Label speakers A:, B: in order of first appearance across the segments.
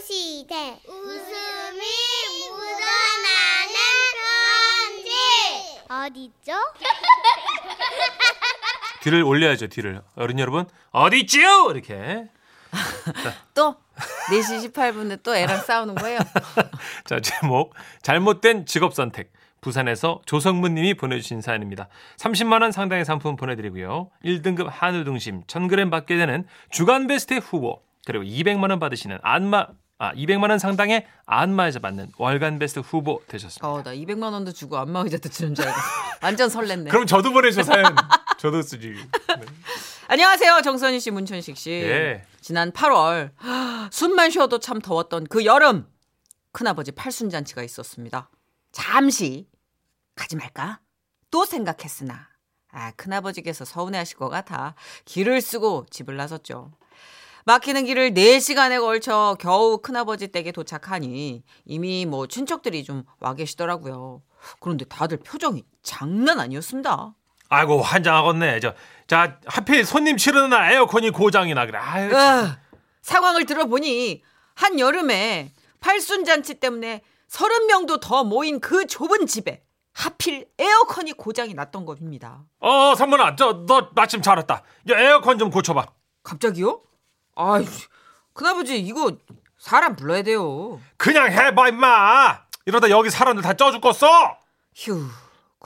A: 시대 웃음이 묻어나는 편지 어디죠?
B: 뒤를 올려야죠 뒤를 어른 여러분 어디 있지요 이렇게
C: 또 4시 18분에 또 애랑 싸우는 거예요.
B: 자 제목 잘못된 직업 선택 부산에서 조성문님이 보내주신 사연입니다. 30만 원 상당의 상품 보내드리고요. 1등급 한우 등심 1,000g 받게 되는 주간 베스트 후보 그리고 200만 원 받으시는 안마 아 200만 원 상당의 안마의자 받는 월간 베스트 후보 되셨습니다.
C: 어, 나 200만 원도 주고 안마 의자도 주는 줄 알고 완전 설렜네.
B: 그럼 저도 보내줘 사연 저도 쓰지. 네.
C: 안녕하세요. 정선희 씨, 문천식 씨.
B: 예.
C: 지난 8월 숨만 쉬어도 참 더웠던 그 여름 큰아버지 팔순잔치가 있었습니다. 잠시 가지 말까? 또 생각했으나 아, 큰아버지께서 서운해하실 것 같아 길을 쓰고 집을 나섰죠. 막히는 길을 4시간에 걸쳐 겨우 큰아버지 댁에 도착하니 이미 뭐 친척들이 좀 와 계시더라고요. 그런데 다들 표정이 장난 아니었습니다.
B: 아이고 환장하겠네. 저자 하필 손님 치르는 날 에어컨이 고장이 나그래. 아유,
C: 으, 상황을 들어보니 한 여름에 팔순잔치 때문에 서른 명도 더 모인 그 좁은 집에 하필 에어컨이 고장이 났던 겁니다.
B: 어, 삼문아, 저, 너 마침 잘 왔다. 야, 에어컨 좀 고쳐봐.
C: 갑자기요? 아이, 큰아버지 이거 사람 불러야 돼요.
B: 그냥 해봐, 임마! 이러다 여기 사람들 다 쪄 죽겠어!
C: 휴,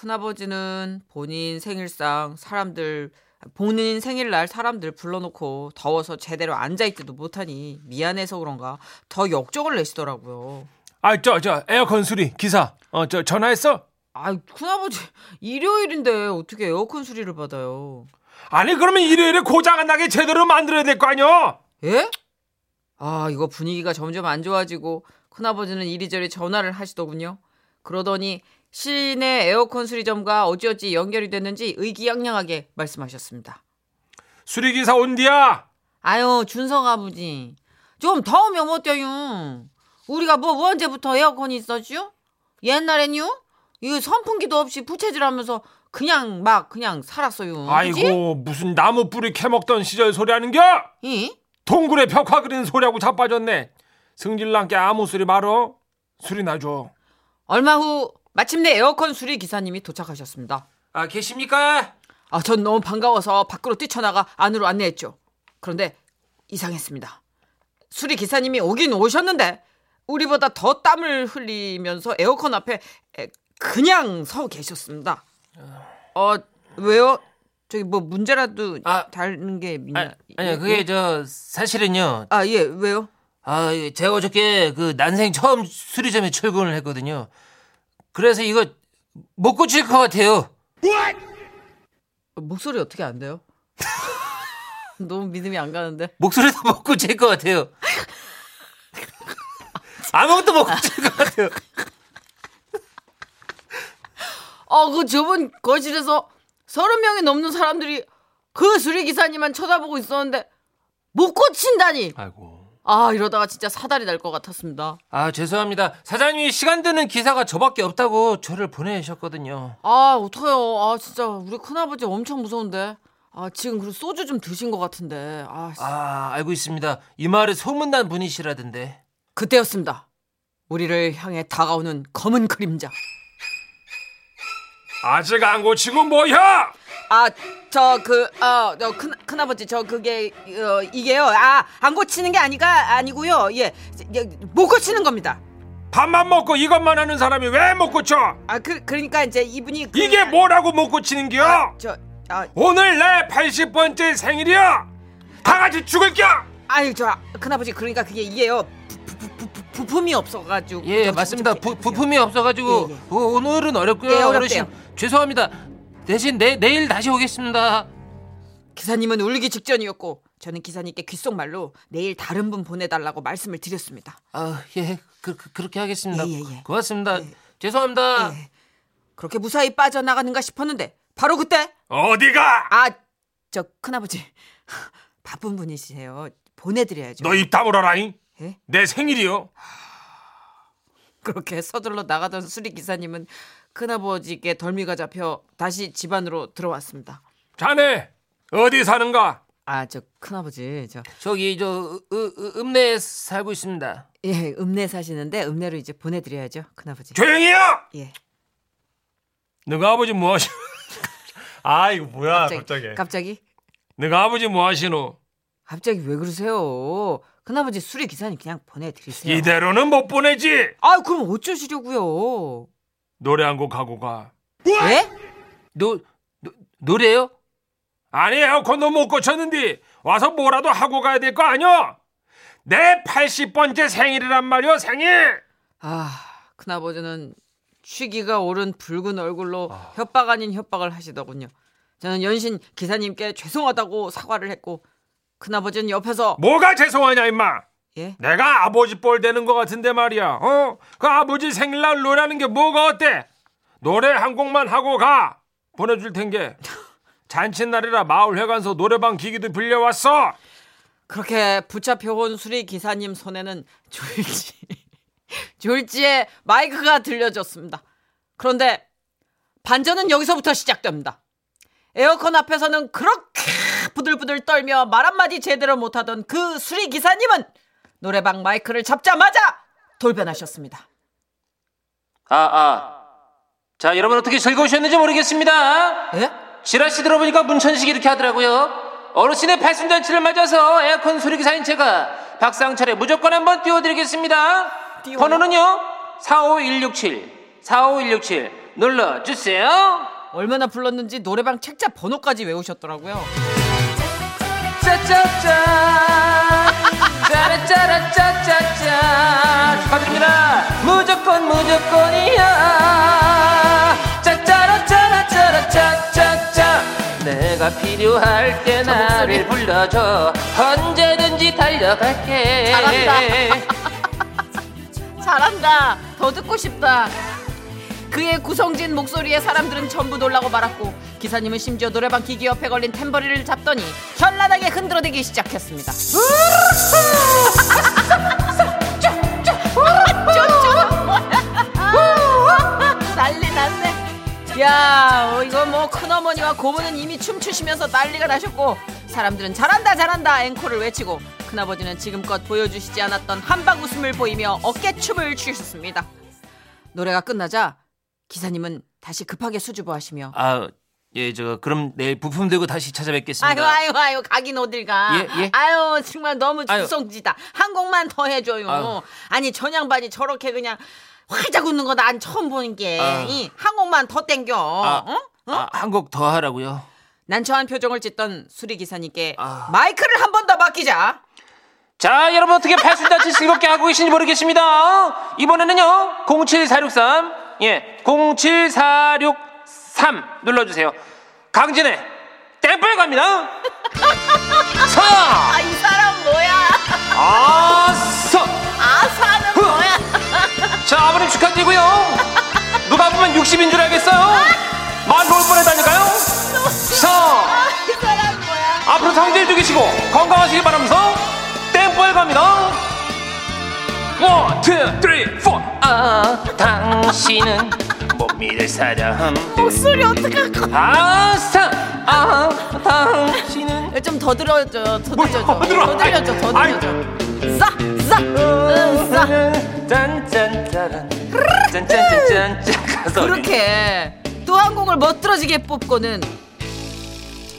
C: 큰아버지는 본인 생일상 사람들 본인 생일날 사람들 불러놓고 더워서 제대로 앉아있지도 못하니 미안해서 그런가 더 역적을 내시더라고요.
B: 아, 저, 저, 에어컨 수리, 기사. 어, 저, 전화했어?
C: 아이, 큰아버지, 일요일인데 어떻게 에어컨 수리를 받아요?
B: 아니, 그러면 일요일에 고장 안 나게 제대로 만들어야 될 거 아니야?
C: 예? 아, 이거 분위기가 점점 안 좋아지고 큰아버지는 이리저리 전화를 하시더군요. 그러더니 시내 에어컨 수리점과 어찌어찌 연결이 됐는지 의기양양하게 말씀하셨습니다.
B: 수리기사 온디야!
C: 아유, 준성 아버지. 좀 더우면 어때요? 우리가 뭐 언제부터 에어컨이 있었죠? 옛날엔요? 이 선풍기도 없이 부채질하면서 그냥 막 그냥 살았어요. 그지?
B: 아이고, 무슨 나무 뿌리 캐먹던 시절 소리 하는겨?
C: 이?
B: 동굴에 벽화 그리는 소리하고 자빠졌네. 승질난 게 아무 소리 말어. 수리 나줘.
C: 얼마 후 마침내 에어컨 수리 기사님이 도착하셨습니다.
B: 아, 계십니까?
C: 아, 전 너무 반가워서 밖으로 뛰쳐나가 안으로 안내했죠. 그런데 이상했습니다. 수리 기사님이 오긴 오셨는데 우리보다 더 땀을 흘리면서 에어컨 앞에 에, 그냥 서 계셨습니다. 어, 왜요? 저기 뭐 문제라도
D: 아,
C: 다른 게 있나?
D: 아, 아니요 그게 저 사실은요
C: 아, 예. 왜요?
D: 아 제가 어저께 그 난생 처음 수리점에 출근을 했거든요 그래서 이거 못 고칠 것 같아요
C: 목소리 어떻게 안 돼요? 너무 믿음이 안 가는데.
D: 목소리도 못 고칠 것 같아요 아무것도 못 고칠 것 같아요
C: 어, 그 좁은 거실에서 서른 명이 넘는 사람들이 그 수리 기사님만 쳐다보고 있었는데 못 고친다니.
B: 아이고.
C: 아 이러다가 진짜 사달이 날 것 같았습니다.
D: 아 죄송합니다 사장님이 시간 되는 기사가 저밖에 없다고 저를 보내셨거든요
C: 아 어떡해요. 아 진짜 우리 큰아버지 엄청 무서운데. 아 지금 그리고 소주 좀 드신 것 같은데. 아, 씨.
D: 아 알고 있습니다 이 마을에 소문난 분이시라던데
C: 그때였습니다. 우리를 향해 다가오는 검은 그림자.
B: 아직 안 고치고 뭐야!
C: 아 저 그어큰 큰아버지 저 그게 어, 이게요. 아 안 고치는 게 아니가 아니고요. 예. 예못 고치는 겁니다.
B: 밥만 먹고 이것만 하는 사람이 왜 못 고쳐?
C: 아 그 그러니까 이제 이분이 그-
B: 이게 뭐라고 못 고치는겨?
C: 저 아,
B: 오늘 내 80번째 생일이야. 다 같이 죽을게.
C: 아유 저 큰아버지 그러니까 그게 이게요 부, 부, 부, 부, 부품이 없어가지고
D: 예 맞습니다 부, 부품이 없어가지고
C: 아, 예, 예.
D: 어, 오늘은 어렵고요
C: 예, 어렵대요.
D: 어르신 죄송합니다 대신 내, 내일 다시 오겠습니다
C: 기사님은 울기 직전이었고 저는 기사님께 귓속말로 내일 다른 분 보내달라고 말씀을 드렸습니다
D: 아, 예, 그, 그, 렇게 하겠습니다.
C: 예, 예, 예.
D: 고맙습니다. 죄송합니다.
C: 예. 그렇게 무사히 빠져나가는가 싶었는데 바로 그때
B: 어디가?
C: 아 저 큰아버지 바쁜 분이시세요 보내드려야죠
B: 너 입 다물어라잉.
C: 예?
B: 내 생일이요.
C: 그렇게 서둘러 나가던 수리 기사님은 큰아버지께 덜미가 잡혀 다시 집안으로 들어왔습니다
B: 자네 어디 사는가?
C: 아, 저 큰아버지. 저
D: 저기 저 으- 으- 으- 읍내에 살고 있습니다.
C: 예, 읍내 사시는데 읍내로 이제 보내 드려야죠. 큰아버지.
B: 조용히요.
C: 예.
B: 너가 아버지 뭐 하시? 아 이거 뭐야 갑자기?
C: 갑자기
B: 너가 아버지 뭐 하시노?
C: 갑자기 왜 그러세요? 큰아버지 수리 기사님 그냥 보내 드리세요.
B: 이대로는 못 보내지.
C: 아, 그럼
B: 뭐?
C: 어쩌시려고요?
B: 노래 한 곡 하고 가.
C: 예?
D: 노, 노 노래요?
B: 아니 에어컨도 못 고쳤는데 와서 뭐라도 하고 가야 될 거 아니야? 내 80번째 생일이란 말이야 생일.
C: 아, 큰아버지는 취기가 오른 붉은 얼굴로 협박 아닌 협박을 하시더군요. 저는 연신 기사님께 죄송하다고 사과를 했고 큰아버지는 옆에서
B: 뭐가 죄송하냐 임마.
C: 예?
B: 내가 아버지 뻘 되는 것 같은데 말이야. 어? 그 아버지 생일날 노래하는 게 뭐가 어때? 노래 한 곡만 하고 가. 보내줄 텐게. 잔칫날이라 마을회관서 노래방 기기도 빌려왔어.
C: 그렇게 붙잡혀온 수리 기사님 손에는 졸지 졸지의 마이크가 들려졌습니다. 그런데 반전은 여기서부터 시작됩니다. 에어컨 앞에서는 그렇게 부들부들 떨며 말 한마디 제대로 못하던 그 수리 기사님은 노래방 마이크를 잡자마자 돌변하셨습니다.
D: 아 아. 자 여러분 어떻게 즐거우셨는지 모르겠습니다.
C: 예?
D: 지라 씨 들어보니까 문천식이 이렇게 하더라고요. 어르신의 팔순잔치를 맞아서 에어컨 수리기사인 제가 박상철에 무조건 한번 띄워드리겠습니다.
C: 띄워요?
D: 번호는요? 45167 45167 눌러주세요.
C: 얼마나 불렀는지 노래방 책자 번호까지 외우셨더라고요.
D: 짜짜짜 짜라짜라짜짜짜 축하드립니다 무조건 무조건이야 짜짜라짜라짜라짜짜짜 내가 필요할 때 나를 불러줘 언제든지 달려갈게
C: 잘한다. 잘한다. 더 듣고 싶다. 그의 구성진 목소리에 사람들은 전부 놀라고 말았고 기사님은 심지어 노래방 기기 옆에 걸린 탬버리를 잡더니 현란하게 흔들어대기 시작했습니다. 아, 난리 났네. 야, 어, 이거 뭐 큰어머니와 고모는 이미 춤추시면서 난리가 나셨고 사람들은 잘한다 잘한다 앵콜을 외치고 큰아버지는 지금껏 보여주시지 않았던 한방 웃음을 보이며 어깨춤을 추셨습니다. 노래가 끝나자 기사님은 다시 급하게 수줍어하시며
D: 아예 저 그럼 내일 부품 들고 다시 찾아뵙겠습니다
C: 아유 아유 아유 가긴 어딜 가
D: 예, 예.
C: 아유 정말 너무
D: 아유.
C: 주성지다 한 곡만 더 해줘요
D: 아유.
C: 아니 전양반이 저렇게 그냥 활짝 웃는 거 난 처음 보는
D: 아.
C: 게한 곡만 더 땡겨
D: 아,
C: 뭐, 응?
D: 아, 한곡 더 하라고요
C: 난처한 표정을 짓던 수리 기사님께
D: 아.
C: 마이크를 한 번 더 맡기자
D: 자, 여러분 어떻게 팔순잔치 즐겁게 하고 계신지 모르겠습니다. 이번에는요, 07463, 예, 07463 눌러주세요. 강진의 땜빨 갑니다. 서야!
C: 아 이 사람 뭐야
D: 아서!
C: 아 사는
D: 어.
C: 뭐야
D: 자, 아버님 축하드리고요. 누가 보면 60인 줄 알겠어요? 만 놓을 뻔했다니까요? 서!
C: 아, 이 사람 뭐야
D: 앞으로 상제해 주시고 건강하시길 바라면서 땜뽀에 갑니다. 원, 투, 쓰리, 포. 아, 당신은 못 믿을 사람.
C: 목소리 어떡하고
D: 아싸. 아, 당신은
C: 아, 좀 더 들어줘 더 들려줘 더
D: 뭐, 들어?
C: 들려줘 더
D: 아이.
C: 들려줘 어, 싸싸 싸
D: 짠짠짜란 짠짠짠짠 가서
C: 그렇게 또 한 곡을 멋들어지게 뽑고는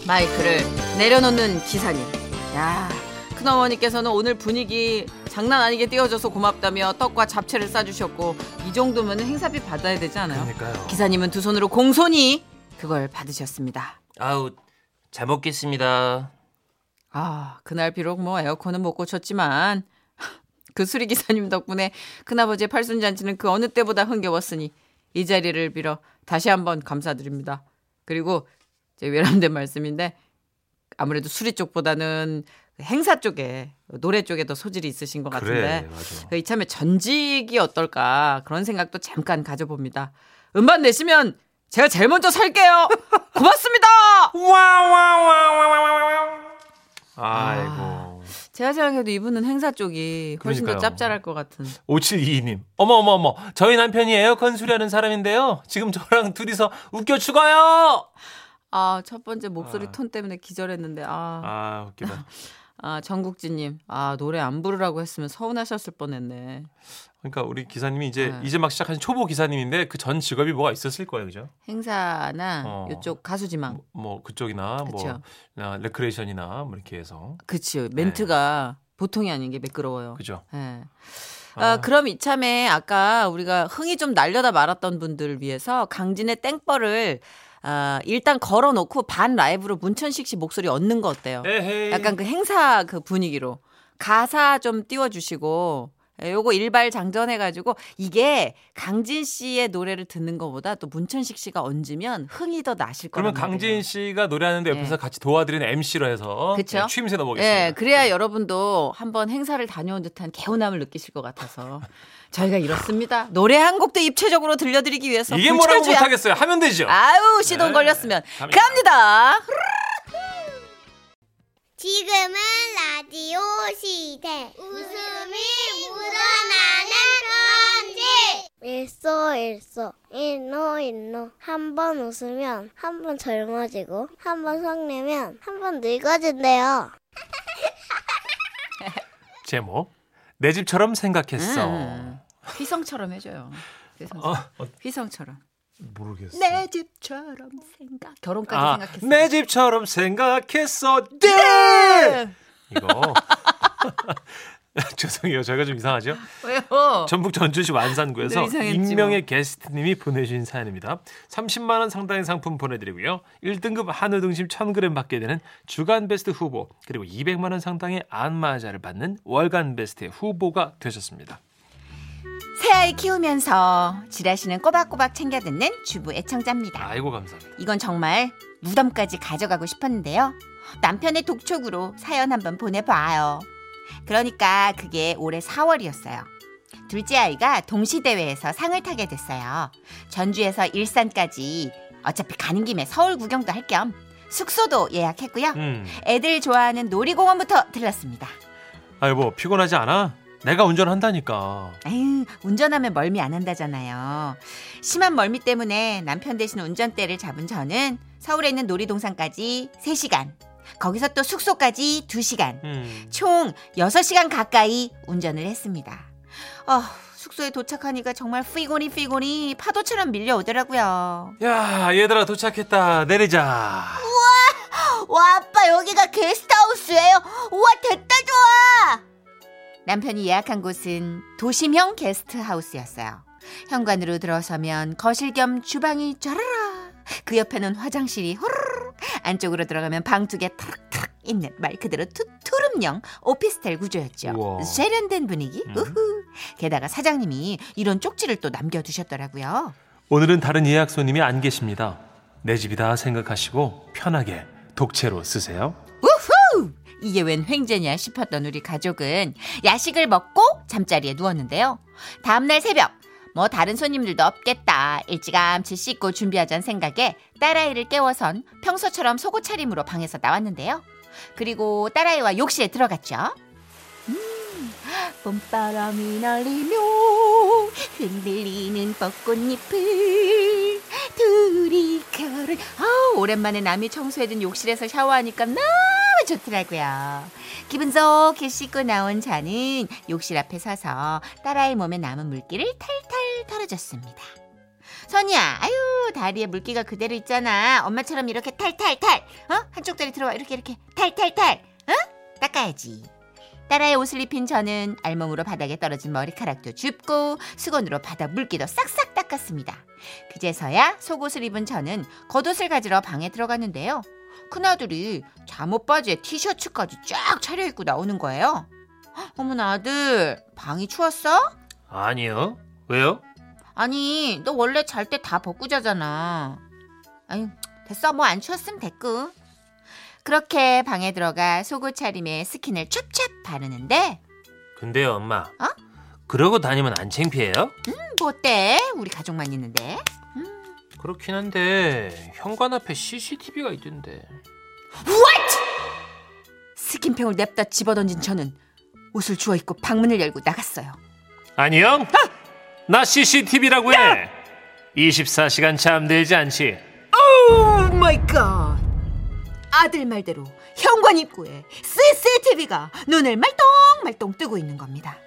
C: 마이크를 내려놓는 기사님. 야, 큰어머니께서는 오늘 분위기 장난 아니게 띄워줘서 고맙다며 떡과 잡채를 싸주셨고 이 정도면 행사비 받아야 되지 않아요?
D: 그러니까요.
C: 기사님은 두 손으로 공손히 그걸 받으셨습니다.
D: 아우 잘 먹겠습니다.
C: 아, 그날 비록 뭐 에어컨은 못 고쳤지만 그 수리 기사님 덕분에 큰아버지의 팔순잔치는 그 어느 때보다 흥겨웠으니 이 자리를 빌어 다시 한번 감사드립니다. 그리고 제 외람된 말씀인데 아무래도 수리 쪽보다는 행사 쪽에 노래 쪽에 더 소질이 있으신 것 같은데
B: 네,
C: 그
B: 맞아.
C: 이참에 전직이 어떨까 그런 생각도 잠깐 가져봅니다. 음반 내시면 제가 제일 먼저 살게요. 고맙습니다.
B: 와와와와와와. 아이고.
C: 제가 생각해도 이분은 행사 쪽이 훨씬 더
B: 그러니까요.
C: 짭짤할 것 같은.
B: 5722님. 어머 어머 어머. 저희 남편이 에어컨 수리하는 사람인데요. 지금 저랑 둘이서 웃겨 죽어요.
C: 아, 첫 번째 목소리
B: 아.
C: 톤 때문에 기절했는데, 아.
B: 아 웃기다.
C: 아, 정국진님. 아, 노래 안 부르라고 했으면 서운하셨을 뻔했네.
B: 그러니까 우리 기사님이 이제
C: 네.
B: 이제 막 시작하신 초보 기사님인데 그 전 직업이 뭐가 있었을 거예요, 그죠?
C: 행사나
B: 어.
C: 요쪽 가수지망.
B: 뭐, 뭐 그쪽이나
C: 그쵸.
B: 뭐 아, 레크레이션이나 뭐 이렇게 해서
C: 그치. 멘트가 보통이 아닌 게 매끄러워요.
B: 네. 그죠?
C: 예. 아, 그럼 이참에 아까 우리가 흥이 좀 날려다 말았던 분들을 위해서 강진의 땡벌을 아, 일단 걸어놓고 반 라이브로 문천식 씨 목소리 얻는 거 어때요?
B: 에헤이.
C: 약간 그 행사 그 분위기로 가사 좀 띄워주시고 예, 요거 일발 장전해가지고 이게 강진 씨의 노래를 듣는 것보다 또 문천식 씨가 얹으면 흥이 더 나실 거예요.
B: 그러면 강진 씨가 노래하는데 옆에서
C: 예.
B: 같이 도와드리는 MC로 해서
C: 그쵸?
B: 예, 추임새 넣어보겠습니다. 네.
C: 예, 그래야 여러분도 한번 행사를 다녀온 듯한 개운함을 느끼실 것 같아서 저희가 이렇습니다. 노래 한 곡도 입체적으로 들려드리기 위해서
B: 이게 뭐라고
C: 불철주야.
B: 못하겠어요? 하면 되죠.
C: 그 아우 시동
B: 네,
C: 걸렸으면
B: 갑니다.
C: 갑니다.
A: 지금은 라디오 시대. 웃음이 묻어나는 편지. 일소 일소 일노 일노 한 번 웃으면 한 번 젊어지고 한 번 성내면 한 번 늙어진대요.
B: 제목 내 집처럼 생각했어.
C: 음. 휘성처럼 해줘요. 휘성.
B: 어, 어,
C: 휘성처럼.
B: 모르겠어.
C: 내 집처럼 생각. 결혼까지
B: 아,
C: 생각했어.
B: 내 집처럼 생각했어. 네! 이거 죄송해요. 저희가 좀 이상하죠?
C: 왜요?
B: 전북 전주시
C: 늘
B: 완산구에서
C: 이상했지 뭐.
B: 익명의 게스트님이 보내주신 사연입니다. 30만 원 상당의 상품 보내드리고요. 1등급 한우 등심 1,000g 받게 되는 주간 베스트 후보 그리고 200만 원 상당의 안마자를 받는 월간 베스트 후보가 되셨습니다.
C: 새아이 키우면서 지라시는 꼬박꼬박 챙겨 듣는 주부 애청자입니다.
B: 아이고 감사합니다.
C: 이건 정말 무덤까지 가져가고 싶었는데요. 남편의 독촉으로 사연 한번 보내봐요. 그러니까 그게 올해 4월이었어요. 둘째 아이가 동시대회에서 상을 타게 됐어요. 전주에서 일산까지 어차피 가는 김에 서울 구경도 할 겸 숙소도 예약했고요.
B: 음,
C: 애들 좋아하는 놀이공원부터 들렀습니다.
B: 아이고 뭐, 피곤하지 않아? 내가 운전한다니까.
C: 에휴, 운전하면 멀미 안 한다잖아요. 심한 멀미 때문에 남편 대신 운전대를 잡은 저는 서울에 있는 놀이동산까지 3시간, 거기서 또 숙소까지 2시간,
B: 음,
C: 총 6시간 가까이 운전을 했습니다. 어, 숙소에 도착하니까 정말 피곤이 피곤이 파도처럼 밀려오더라고요.
B: 야 얘들아 도착했다 내리자.
C: 와 아빠 여기가 게스트하우스예요. 우와 됐다 좋아. 남편이 예약한 곳은 도심형 게스트하우스였어요. 현관으로 들어서면 거실 겸 주방이 쫘라라. 그 옆에는 화장실이 호르르. 안쪽으로 들어가면 방 두 개 탁탁 있는 말 그대로 투, 투룸형 오피스텔 구조였죠.
B: 우와.
C: 세련된 분위기.
B: 음.
C: 우후. 게다가 사장님이 이런 쪽지를 또 남겨두셨더라고요.
B: 오늘은 다른 예약 손님이 안 계십니다. 내 집이다 생각하시고 편하게 독채로 쓰세요.
C: 우후! 이게 웬 횡재냐 싶었던 우리 가족은 야식을 먹고 잠자리에 누웠는데요. 다음날 새벽, 뭐 다른 손님들도 없겠다. 일찌감치 씻고 준비하자는 생각에 딸아이를 깨워선 평소처럼 속옷 차림으로 방에서 나왔는데요. 그리고 딸아이와 욕실에 들어갔죠. 음, 봄바람이 날리며 흔들리는 벚꽃잎을 둘이 결혼 아, 오랜만에 남이 청소해준 욕실에서 샤워하니까 너무 좋더라고요. 기분 좋게 씻고 나온 저는 욕실 앞에 서서 딸아이 몸에 남은 물기를 탈탈 털어줬습니다. 선이야, 아유 다리에 물기가 그대로 있잖아. 엄마처럼 이렇게 탈탈탈, 어 한쪽 다리 들어와 이렇게 이렇게 탈탈탈, 어 닦아야지. 딸아이 옷을 입힌 저는 알몸으로 바닥에 떨어진 머리카락도 줍고 수건으로 바닥 물기도 싹싹 닦았습니다. 그제서야 속옷을 입은 저는 겉옷을 가지러 방에 들어갔는데요. 큰아들이 잠옷 바지에 티셔츠까지 쫙 차려입고 나오는 거예요. 헉, 어머나 아들 방이 추웠어?
B: 아니요. 왜요?
C: 아니 너 원래 잘 때 다 벗고 자잖아. 아유 됐어 뭐 안 추웠으면 됐고. 그렇게 방에 들어가 속옷 차림에 스킨을 찹찹 바르는데
B: 근데요, 엄마.
C: 어?
B: 그러고 다니면 안 창피해요?
C: 뭐 어때? 우리 가족만 있는데.
B: 그렇긴 한데 현관 앞에 CCTV가 있던데.
C: 스킨팩을 냅다 집어던진 저는 옷을 주워 입고 방문을 열고 나갔어요.
B: 아니요. 나 CCTV라고 해. 24시간 잠들지 않지.
C: 오 마이 갓. Oh 아들 말대로 현관 입구에 CCTV가 눈을 말똥말똥 뜨고 있는 겁니다.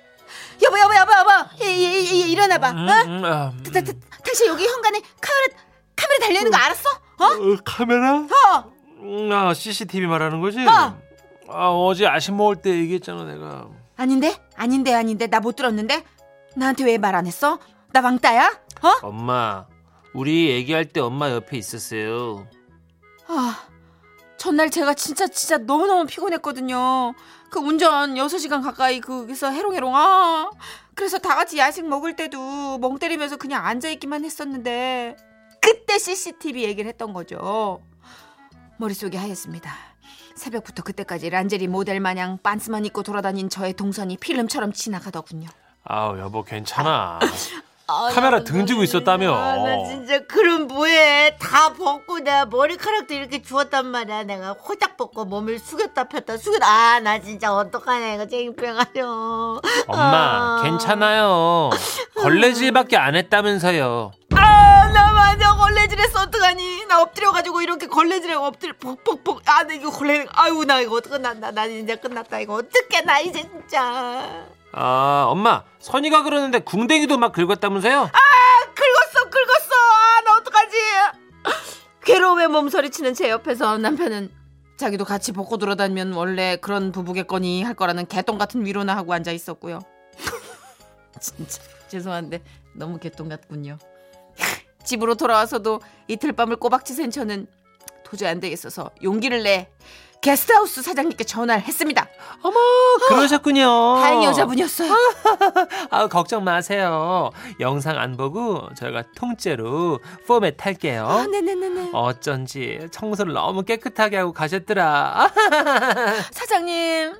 C: 여보 여보 여보 여보 예, 예, 예, 예, 일어나 봐. 어?
B: 음, 아,
C: 다- 다- 다- 당신 여기 현관에 카메라 카메라 달려 있는 거 알았어? 어?
B: 어, 카메라?
C: 어?
B: 음, 아, CCTV 말하는 거지?
C: 어.
B: 아, 어제 아침 먹을 때 얘기했잖아, 내가.
C: 아닌데 아닌데 아닌데 나 못 들었는데 나한테 왜 말 안 했어? 나 왕따야? 어?
B: 엄마, 우리 얘기할 때 엄마 옆에 있었어요.
C: 아, 전날 제가 진짜 진짜 너무너무 피곤했거든요. 그 운전 6시간 가까이 거기서 해롱해롱 아. 그래서 다 같이 야식 먹을 때도 멍 때리면서 그냥 앉아 있기만 했었는데 그때 CCTV 얘기를 했던 거죠. 머릿속이 하였습니다. 새벽부터 그때까지 란제리 모델 마냥 반스만 입고 돌아다닌 저의 동선이 필름처럼 지나가더군요.
B: 아우, 여보, 괜찮아.
C: 아,
B: 카메라
C: 나-
B: 등지고 있었다며.
E: 아, 나 진짜 그럼 뭐해? 다 벗고 나 머리카락도 이렇게 주웠단 말이야. 내가 호작 벗고 몸을 숙였다 폈다 숙였다. 아, 나 진짜 어떡하냐 이거 쟁병하려.
B: 엄마,
E: 아.
B: 괜찮아요. 걸레질밖에 안 했다면서요.
C: 아, 나 완전 걸레질했어 어떡하니 나 엎드려가지고 이렇게 걸레질하고 엎드려 벅벅벅 아 나 이거 걸레 아유 나 이거 끝났나 나 이제 끝났다 이거 어떡해 나 이제 진짜
B: 아, 엄마, 선이가 그러는데 궁뎅이도 막 긁었다면서요?
C: 아, 긁었어 긁었어 아, 나 어떡하지 괴로움에 몸서리치는 제 옆에서 남편은 자기도 같이 벗고 돌아다니면 원래 그런 부부겠거니 할 거라는 개똥 같은 위로나 하고 앉아 있었고요 진짜 죄송한데 너무 개똥 같군요 집으로 돌아와서도 이틀 밤을 꼬박지샌 저는 도저히 안 되겠어서 용기를 내 게스트하우스 사장님께 전화를 했습니다
B: 어머, 그러셨군요.
C: 다행히 여자분이었어요
B: 아, 걱정 마세요. 영상 안 보고 저희가 통째로 포맷 할게요.
C: 아, 네네네네
B: 어쩐지 청소를 너무 깨끗하게 하고 가셨더라.
C: 사장님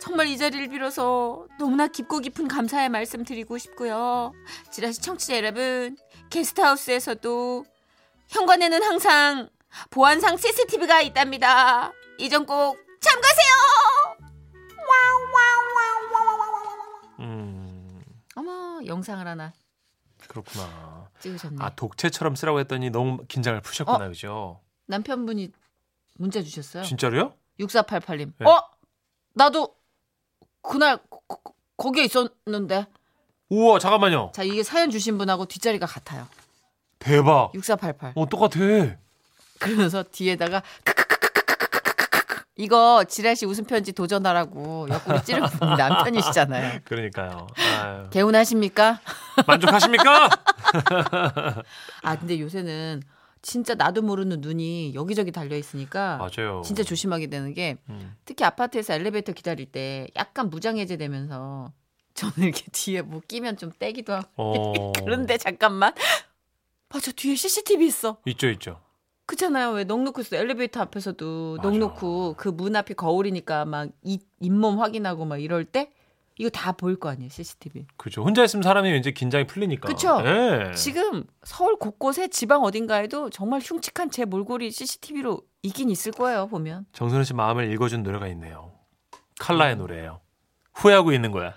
C: 정말 이 자리를 빌어서 너무나 깊고 깊은 감사의 말씀 드리고 싶고요. 지라시 청취자 여러분 게스트하우스에서도 현관에는 항상 보안상 CCTV가 있답니다. 이점 꼭 참고하세요.
B: 음,
C: 어머 영상을 하나
B: 그렇구나.
C: 찍으셨네.
B: 아, 독채처럼 쓰라고 했더니 너무 긴장을
C: 어?
B: 푸셨구나, 그죠?
C: 남편분이 문자 주셨어요.
B: 진짜로요?
C: 6488님.
B: 네.
C: 어? 나도 그날 거- 거- 거기에 있었는데.
B: 우와, 잠깐만요.
C: 자 이게 사연 주신 분하고 뒷자리가 같아요.
B: 대박.
C: 6488.
B: 어, 똑같아.
C: 그러면서 뒤에다가 크크크크크크크크크크크 이거 지라시 웃음 편지 도전하라고 옆구리 찌르고 있는 남편이시잖아요.
B: 그러니까요. 아유.
C: 개운하십니까?
B: 만족하십니까?
C: 아 근데 요새는 진짜 나도 모르는 눈이 여기저기 달려 있으니까
B: 맞아요.
C: 진짜 조심하게 되는 게
B: 음.
C: 특히 아파트에서 엘리베이터 기다릴 때 약간 무장해제 되면서 저는 이렇게 뒤에 뭐 끼면 좀 떼기도 하고
B: 어.
C: 그런데 잠깐만 맞아 뒤에 CCTV 있어
B: 있죠, 있죠.
C: 그렇잖아요. 왜 넋놓고 있어. 엘리베이터 앞에서도
B: 맞아.
C: 넋놓고 그 문 앞이 거울이니까 막 이, 잇몸 확인하고 막 이럴 때 이거 다 보일 거 아니에요. CCTV.
B: 그죠. 혼자 있으면 사람이 왠지 긴장이 풀리니까.
C: 그쵸?
B: 예.
C: 지금 서울 곳곳에 지방 어딘가에도 정말 흉측한 제 몰골이 CCTV로 있긴 있을 거예요. 보면.
B: 정선우 씨 마음을 읽어준 노래가 있네요. 칼라의 노래예요. 후회하고 있는 거야.